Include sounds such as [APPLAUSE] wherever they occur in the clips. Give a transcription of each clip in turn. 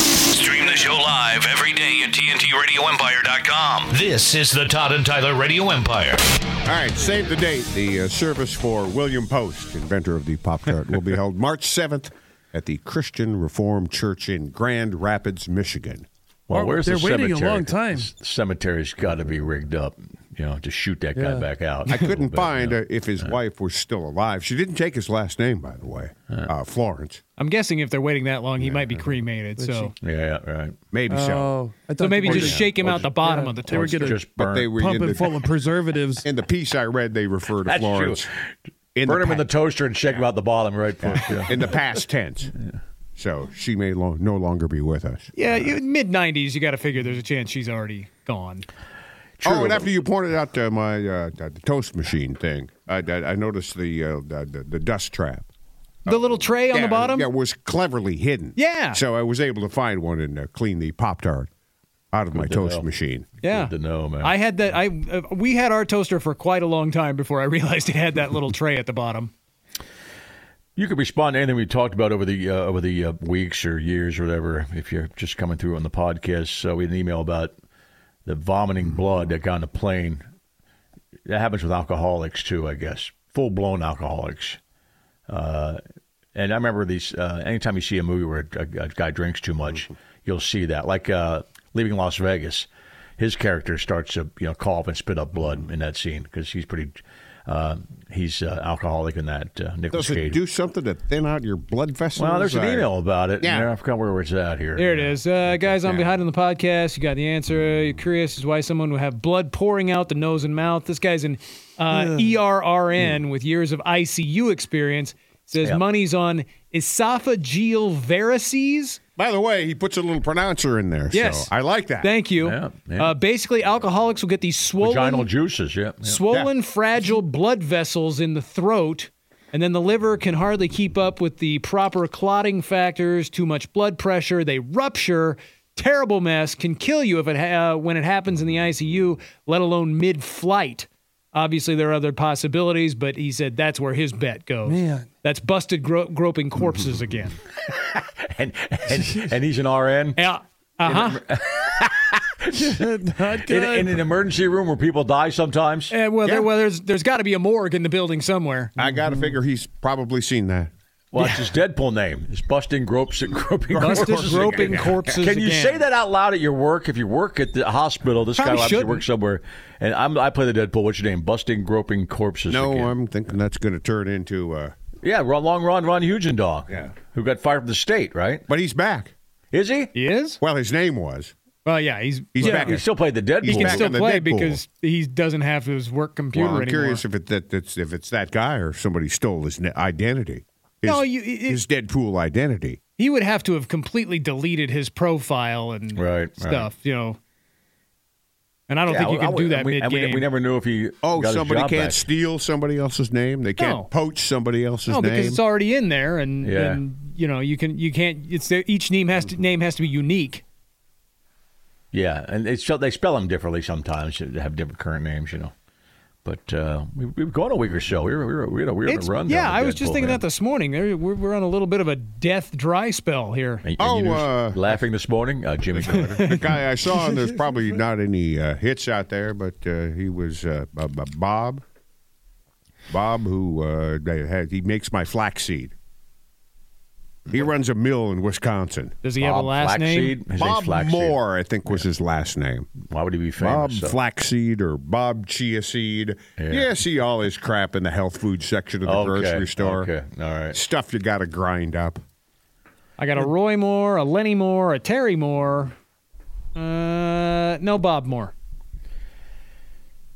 Stream the show live every day at TNTRadioEmpire.com. This is the Todd and Tyler Radio Empire. All right, save the date. The uh, service for William Post, inventor of the Pop Tart, [LAUGHS] will be held March 7th at the Christian Reformed Church in Grand Rapids, [LAUGHS] Michigan. Well, Or where's they're the waiting a cemetery? long time. The cemetery's got to be rigged up, you know, to shoot that guy Yeah. back out. I [LAUGHS] couldn't But, find you know, uh, if his wife was still alive. She didn't take his last name, by the way. Uh, Florence. I'm guessing if they're waiting that long, he might be cremated. So, Yeah, yeah, right. Maybe so. Oh, I thought so maybe they were just gonna- shake him out the bottom of the They were torch. gonna Just But burn. they were in pump the, it full of [LAUGHS] preservatives. in the piece I read, they refer to That's true. Florence in burn the him in the pa- toaster and shake him out the bottom, right? Pork? Yeah. in the past [LAUGHS] tense. So she may lo- no longer be with us. yeah, mid 90s, you got to figure there's a chance she's already gone. Oh, and after you pointed out uh, my uh, the toast machine thing, I, I, I noticed the, uh, the the- the dust trap The little tray on Yeah, the bottom? Yeah, was cleverly hidden. Yeah. So I was able to find one and uh, clean the pop tart out of my toast know. machine. Yeah. Good to know, man. I had that. I uh, we had our toaster for quite a long time before I realized it had that little tray at the bottom. You could respond to anything we talked about over the uh, over the uh, weeks or years or whatever. If you're just coming through on the podcast, so we had an email about the vomiting blood that got on the plane. That happens with alcoholics too, I guess. Full blown alcoholics. Uh, and I remember these. Uh, anytime you see a movie where a, a guy drinks too much, you'll see that. Like uh, leaving Las Vegas, his character starts to you know cough and spit up blood in that scene because he's pretty. Uh, he's uh, alcoholic in that uh, Nicholas Does it Cage. do something to thin out your blood vessels? Well, there's an I- email about it. Yeah. Yeah. I forgot where it's at here. There it is, uh, guys. I'm behind on the podcast. You got the answer. You're curious as why someone would have blood pouring out the nose and mouth. This guy's an uh, ERRN with years of ICU experience. Says money's on esophageal varices. By the way, he puts a little pronouncer in there. Yes. So I like that. Thank you. Yeah, yeah. Uh, basically, alcoholics will get these swollen Vaginal juices, [LAUGHS] yeah. yeah. swollen, fragile blood vessels in the throat, and then the liver can hardly keep up with the proper clotting factors. Too much blood pressure, they rupture. Terrible mess can kill you if it ha- uh, when it happens in the ICU, let alone mid-flight. Obviously, there are other possibilities, but he said that's where his bet goes. Man. That's busted gro- groping [LAUGHS] corpses again. And, and, and he's an [LAUGHS] RN Yeah. Uh huh. [LAUGHS] Not in, good. in an emergency room where people die sometimes. Uh, well, Yeah. there, well, there's there's got to be a morgue in the building somewhere. I got to figure he's probably seen that. Well, it's his Deadpool name. It's busting gropes and groping Busted corpses. groping corpses. Can you again. say that out loud at your work? If you work at the hospital, this guy Probably will actually shouldn't. work somewhere. And I'm, I play the Deadpool. What's your name? Busting groping corpses. No, again. I'm thinking that's going to turn into. Uh, yeah, Ron, long Ron Ron Hugendog. Yeah. who got fired from the state, right? but he's back. Is he? He is? Well, his name was. Well, yeah, he's He's yeah, back. He still played the Deadpool. he can back still in the play Deadpool. because he doesn't have his work computer Well, I'm anymore. curious if it that that's, if it's that guy or somebody stole his ne- identity. His, No, you- it- his Deadpool identity. he would have to have completely deleted his profile and Right, right. stuff, you know. And I don't Yeah, think you well, can I- do and that we, mid and we- game. We never knew if he. Oh, got his somebody job can't back. steal somebody else's name. They can't No. poach somebody else's no, name. because it's already in there, and, Yeah. and you know you can you can't. It's there, each name has to name has to be unique. Yeah, and they spell, they spell them differently sometimes. They have different current names, you know. But uh, we, we've gone a week or so. We were, we were, we were, we were on It's- a run. yeah, down the I was just Deadpool, thinking man. that this morning. There, we're, we're on a little bit of a death dry spell here. And, Oh, and you was uh, laughing this morning, uh, [LAUGHS] Jimmy Carter. the guy I saw, and there's probably not any uh, hits out there, but uh, he was uh, B- B- Bob. Bob, who uh, they had, he makes my flaxseed. He runs a mill in Wisconsin. Does he have a last name? Flaxseed. His name's Bob Flaxseed. Moore, I think, was his last name. Why would he be Bob famous? though? Flaxseed or Bob Chia Seed. Yeah. Yeah, see all his crap in the health food section of the Okay, grocery store. Okay, all right. Stuff you got to grind up. I got a Roy Moore, a Lenny Moore, a Terry Moore. Uh, no Bob Moore.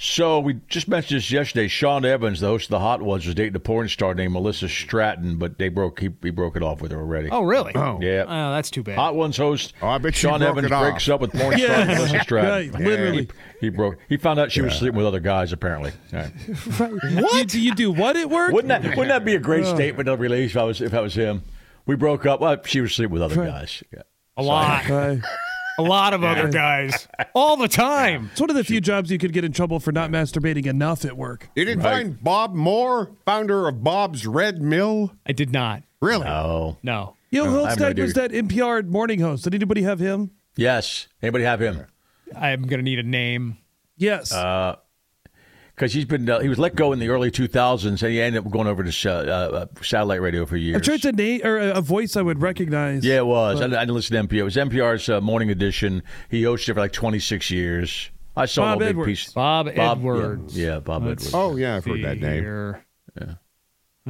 So we just mentioned this yesterday. Sean Evans, the host of the Hot Ones, was dating a porn star named Melissa Stratton, but they broke. He, he broke it off with her already. Oh, really? Oh. yeah. Oh, that's too bad. Hot Ones host Oh, I bet she Sean broke Evans it off. breaks up with porn star [LAUGHS] Melissa Stratton. Right, literally. He, he broke. He found out she was sleeping with other guys. Apparently, All [LAUGHS] right. What? You, you do what at work? wouldn't that wouldn't that be a Oh. great statement to release if I was if I was him? We broke up. Well, she was sleeping with other guys. Yeah. a lot. Right. [LAUGHS] A lot of other guys. All the time. It's one of the few jobs you could get in trouble for not masturbating enough at work. You didn't find Bob Moore, founder of Bob's Red Mill? I did not. Really? Oh No. You know, who I else have no died idea. was that NPR morning host. Did anybody have him? yes. Anybody have him? I'm going to need a name. Yes. Because he's been uh, he was let go in the early 2000s, and he ended up going over to uh, uh, satellite radio for years. I'm sure it's a name or a, a voice I would recognize. Yeah, it was. I, I didn't listen to NPR. It was NPR's uh, morning edition. He hosted it for like 26 years. I saw Bob a big Edwards. piece. Bob, yeah. Edwards. Yeah, Bob Edwards. oh, yeah, I've heard that name. Here.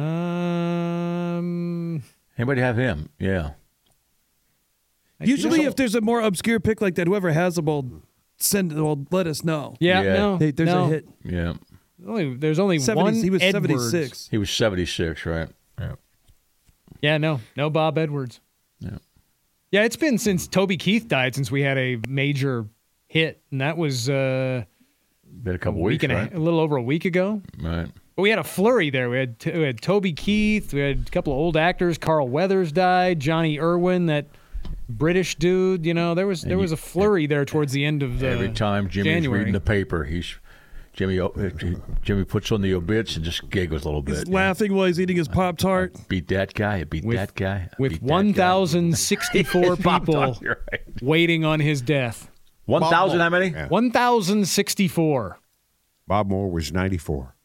Yeah. Um. Anybody have him? Yeah. Usually, if there's a more obscure pick like that, whoever has them will send. Will let us know. Yeah. Yeah. No. Hey, there's no. a hit. Yeah. Only, there's only 70, one. he was Edwards. 76. He was 76, right? Yeah. No. No. Bob Edwards. Yeah. Yeah. It's been since Toby Keith died since we had a major hit, and that was uh, Been a couple a uh, week weeks, and right? a, a little over a week ago. right. But we had a flurry there. We had, t- we had Toby Keith. We had a couple of old actors. Carl Weathers died. Johnny Irwin, that British dude. You know, there was there was a flurry there towards the end of the Every time Jimmy's January. reading the paper, he's Jimmy. oh, he- Jimmy puts on the obits and just giggles a little bit. He's laughing while he's eating his pop tart. Beat that guy. I beat With- that guy. I with beat that guy. [LAUGHS] 1,064 Bob people Dog, you're right. waiting on his death. 1,000. How many? Yeah. 1,064. Bob Moore was 94.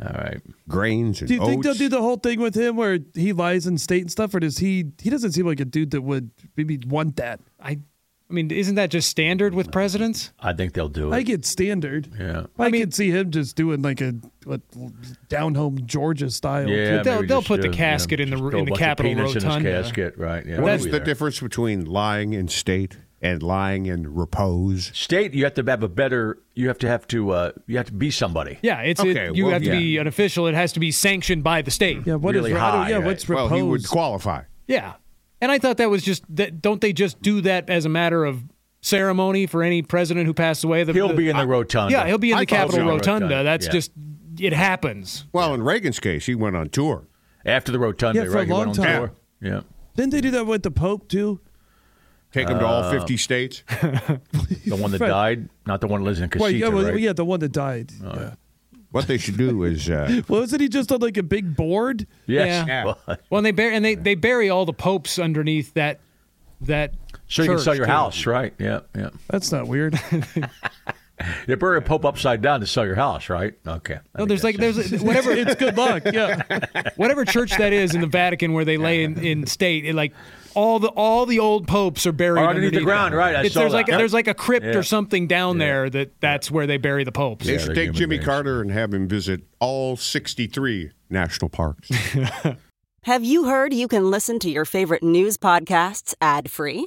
All right. Grains and Do you think they'll oats. do the whole thing with him where he lies in state and stuff, or does he? He doesn't seem like a dude that would maybe want that. I, I mean, isn't that just standard with presidents? I think they'll do it. I get standard. yeah. I, could see him just doing like a, a down home Georgia style. Yeah, They'll- maybe they'll just, put the uh, casket in the- just in throw a the bunch of Capitol peanuts in his rotunda. casket, right? Oh, Yeah, What we'll is be the there. difference between lying in state and lying in repose? State, you have to have a better. You have to have to. Uh, you have to be somebody. Yeah, it's Okay, it, you well, have to yeah. be an official. It has to be sanctioned by the state. Yeah, what is Really I don't- high, yeah, right. what's Well, repose? he would qualify. Yeah. And I thought that was just that don't they just do that as a matter of ceremony for any president who passed away? The, He'll the- be in the rotunda. Yeah, he'll be in I the thought Capitol so. rotunda. Rotunda, That's yeah. just it happens. Well, in Reagan's case, he went on tour. after the rotunda. Yeah, for a right? He went long on time. tour. Yeah. Didn't they do that with the Pope too? Take him to Oh. all 50 states. The one that died, not the one that lives in Casita, Well, yeah, well, right? yeah, the one that died. Oh, yeah. What they should do is uh, Well, isn't he just on like a big board? Yes. [LAUGHS] Yeah. Well, Well, and they bury and they, they bury all the popes underneath that that. so you can church, sell your too. house, right? Yeah, yeah. That's not [LAUGHS] weird. They bury a pope upside down to sell your house, right? Okay. No, there's like there's whatever it's good luck. Yeah. whatever church that is in the Vatican where they lay in, in state, it like all the all the old popes are buried Are underneath, underneath the ground, them. right, I It's- saw there's that. like Yep. there's like a crypt Yeah. or something down there that that's where they bury the popes. they Yeah, should they're take human Jimmy beings. Carter and have him visit all 63 national parks. Have you heard you can listen to your favorite news podcasts ad free?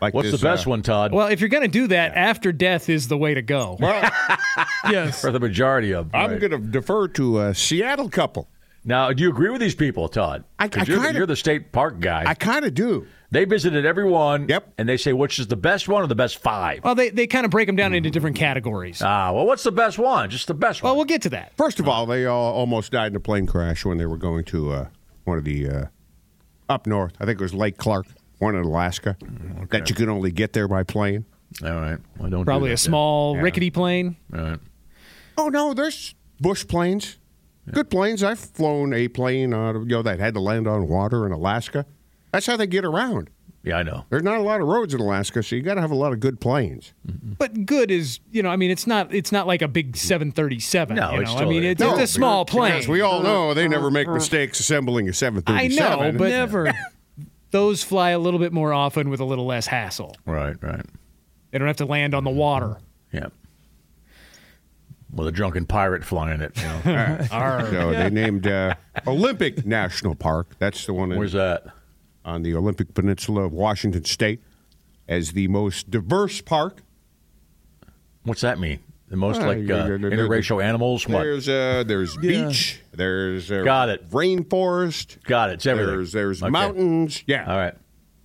Like What's this, the best uh, one, Todd? Well, if you're going to do that, after death is the way to go. [LAUGHS] Well, [LAUGHS] Yes. for the majority of. I'm right. going to defer to a Seattle couple. Now, do you agree with these people, Todd? I- 'Cause I you're, kinda- you're the state park guy. I kind of do. they visited everyone. Yep. And they say which is the best one or the best five. Well, they, they kind of break them down into different categories. Ah, well, what's the best one? Just the best well, one. we'll get to that. First of all, they all almost died in a plane crash when they were going to uh, one of the uh, up north. I think it was Lake Clark, one in Alaska, Mm, that you could only get there by plane. All right. Well, don't do Probably that a then. small rickety plane. All right. Oh no, there's bush planes, good planes. I've flown a plane out of you know that had to land on water in Alaska. That's how they get around. Yeah, I know. There's not a lot of roads in Alaska, so you got to have a lot of good planes. Mm. But good is, you know, I mean, it's not it's not like a big 737. No, you it's know? I still- mean, it's, No, it's a small plane. As we all know, they never make mistakes assembling a I 737. know, but never. those fly a little bit more often with a little less hassle. Right, right. They don't have to land on the water. Mm. Yeah. Well, the drunken pirate flying it. You [LAUGHS] know. So they named uh, Olympic National Park. That's the one in Where's that? on the Olympic Peninsula of Washington State as the most diverse park. What's that mean? The most Ah, like uh, yeah, yeah, yeah, interracial animals? What? There's uh, there's beach. There's uh, Got it. rainforest. Got it. It's everything. There's there's Okay. mountains. Yeah. All right.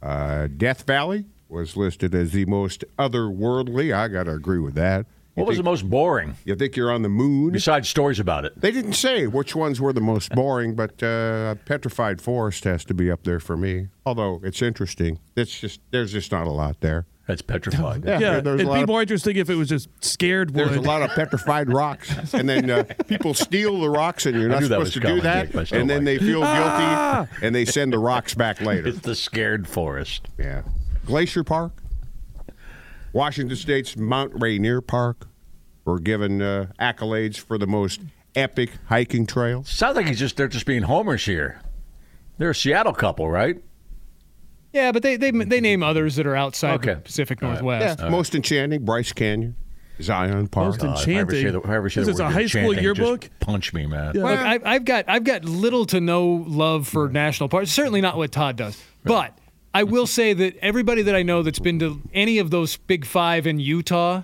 Uh, Death Valley was listed as the most otherworldly. I gotta agree with that. What was the most boring You think you're on the moon? besides stories about it? They didn't say which ones were the most boring, but uh, Petrified Forest has to be up there for me. Although it's interesting, it's just there's just not a lot there. [LAUGHS] That's petrified. Yeah, there's a it'd lot be of- more interesting if it was just scared wood. There's a lot of petrified rocks, and then uh, people steal the rocks, and you're I not knew that supposed to was do coming, that. Dick, but I still Ah! and then they liked feel guilty, and they send the rocks back later. [LAUGHS] It's the scared forest. Yeah, Glacier Park, Washington State's Mount Rainier Park, were given uh, accolades for the most epic hiking trails. Sounds like he's just they're just being homers here. They're a Seattle couple, right? Yeah, but they they, they name others that are outside the Okay. Pacific All right. Northwest. Most enchanting, Bryce Canyon, Zion Park. Most God, if I ever enchanting. say the- if I ever say Is the this word a high school enchanting, just yearbook? Punch me, man. Look, I, I've got I've got little to no love for national parks. Certainly not what Todd does. But I will say that everybody that I know that's been to any of those big five in Utah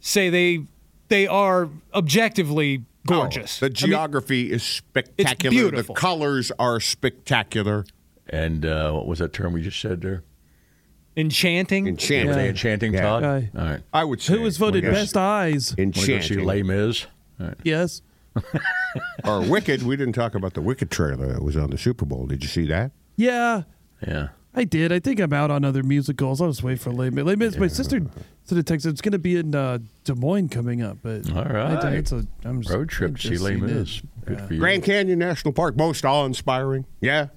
say they they are objectively Oh. Oh, gorgeous. The geography is spectacular. beautiful. The colors are spectacular. And uh, what was that term we just said there? Enchanting. Were Enchanting. they enchanting, Yeah. Todd? Okay. All right. I would say. Who was voted Yes. best eyes? Want to go see Enchanting. Les Mis? All right. Yes. or Wicked. We didn't talk about the Wicked trailer that was on the Super Bowl. Did you see that? Yeah, Yeah. I did. I think I'm out on other musicals. I'll just wait for Les Mis. Les Mis, My sister said a text. It's going to be in uh, Des Moines coming up. But All I right. think it's a I'm just, Road trip to see just Les seen Mis. it. Good for you. Grand Canyon National Park, most awe-inspiring. Yeah,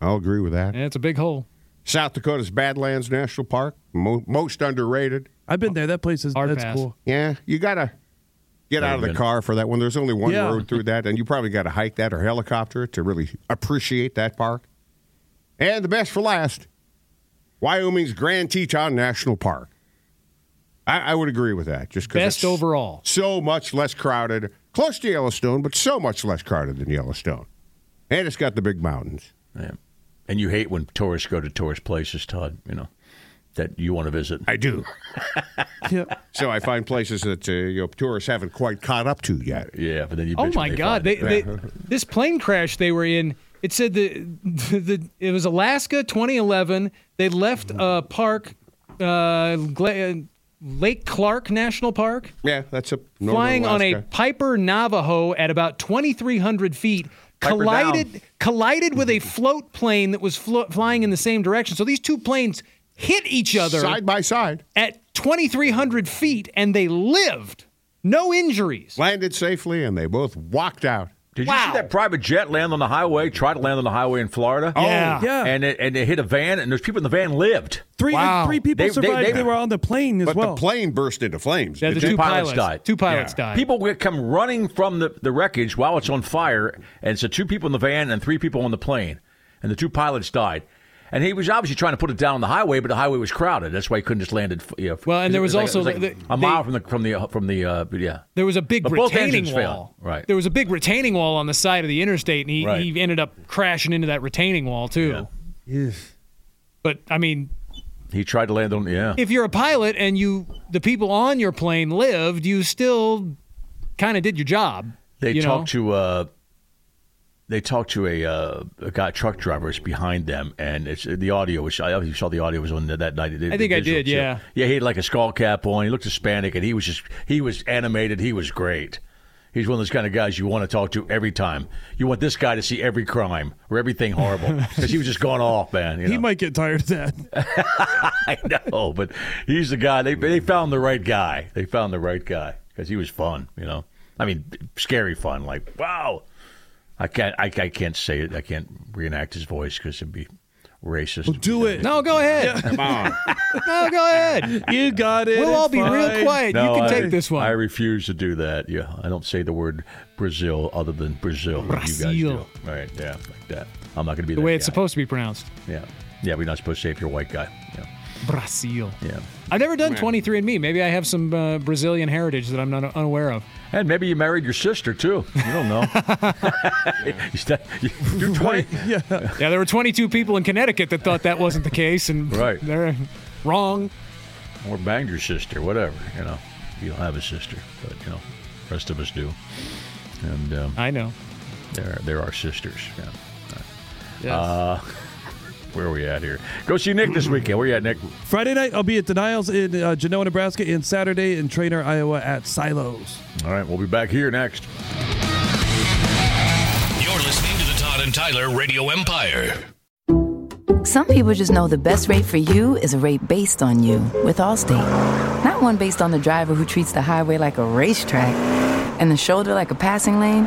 I'll agree with that. Yeah, it's a big hole. South Dakota's Badlands National Park, mo- most underrated. I've been there. That place is Hard that's pass. cool. Yeah, you gotta get out of the Amen. car for that one. There's only one Yeah. road through that, and you probably got to hike that or helicopter to really appreciate that park. And the best for last, Wyoming's Grand Teton National Park. I, I would agree with that, just because Best overall. so much less crowded, close to Yellowstone, but so much less crowded than Yellowstone, and it's got the big mountains. Yeah. And you hate when tourists go to tourist places, Todd, you know, that you want to visit. I do. [LAUGHS] Yeah. So I find places that uh, you know, tourists haven't quite caught up to yet. yeah, but then you Oh bitch when my they God! They, find it. they, [LAUGHS] this plane crash they were in. It said the, [LAUGHS] the it was Alaska 2011. They left Mm-hmm. uh, park, uh, Gla- Lake Clark National Park, Yeah, that's a northern flying on a Alaska. Piper Navajo at about 2,300 feet, Piper down. collided collided with a float plane that was flo- flying in the same direction. So these two planes hit each other side by side. at 2,300 feet, and they lived. No injuries. landed safely and they both walked out. Did you Wow. see that private jet land on the highway? Try to land on the highway in Florida. Yeah. Yeah. And it, and it hit a van, and those people in the van lived. Three Wow. three people They- they- survived. They, they- were on the plane as But well. the plane burst into flames. Yeah, Did the you- two pilots pilots, died. Two pilots died. People would come running from the, the wreckage while it's on fire, and it's the two people in the van and three people on the plane, and the two pilots died. And he was obviously trying to put it down on the highway, but the highway was crowded. That's why he couldn't just land it. You know, Well, and there it was like- also it like the- a mile they- from the from the from the uh, yeah. There was a big But both retaining engines wall. failed. Right. There was a big retaining wall on the side of the interstate, and he, Right. he ended up crashing into that retaining wall too. But I mean, He tried to land on yeah. if you're a pilot and you the people on your plane lived, you still kind of did your job. They you know? talked to uh, they talked to a, uh, a guy truck driver is behind them, and it's uh, the audio was. I you saw the audio was on the, that night. I think I did, yeah. yeah. He had like a skull cap on. He looked Hispanic, and he was just he was animated. He was great. He's one of those kind of guys you want to talk to every time. You want this guy to see every crime or everything horrible [LAUGHS] because he was just gone off, man. you He know? might get tired of that. I know, but he's the guy. They they found the right guy. They found the right guy because he was fun. You know, I mean, scary fun. Like wow, I can't I, I can't say it. I can't reenact his voice because it'd be racist. Do it. No, go ahead. Come on. [LAUGHS] No, go ahead. You got it. We'll all it's be real fine. quiet. No, you can I- take this one. I refuse to do that. Yeah, I don't say the word Brazil other than Brazil. like You guys Brazil. do. All right. Yeah, like that. I'm not going to be the way that guy. it's supposed to be pronounced. Yeah, yeah. We're not supposed to say if you're a white guy. Yeah, Brazil. yeah. I've never done 23andMe. Maybe I have some uh, Brazilian heritage that I'm not unaware of. And maybe you married your sister too. You don't [LAUGHS] know. [LAUGHS] You st- you- You're 20. Yeah, there were 22 people in Connecticut that thought that wasn't the case, and Right. they're wrong. Or banged your sister, whatever. You know, you don't have a sister, but you know, rest of us do. And um, I know. there, there are sisters. Yeah. Yes. Uh, Where are we at here? Go see Nick this weekend. Where you at, Nick? Friday night, I'll be at Denials in uh, Genoa, Nebraska, and Saturday in Trainer, Iowa at Silos. All right, we'll be back here next. You're listening to the Todd and Tyler Radio Empire. Some people just know the best rate for you is a rate based on you with Allstate. Not one based on the driver who treats the highway like a racetrack and the shoulder like a passing lane.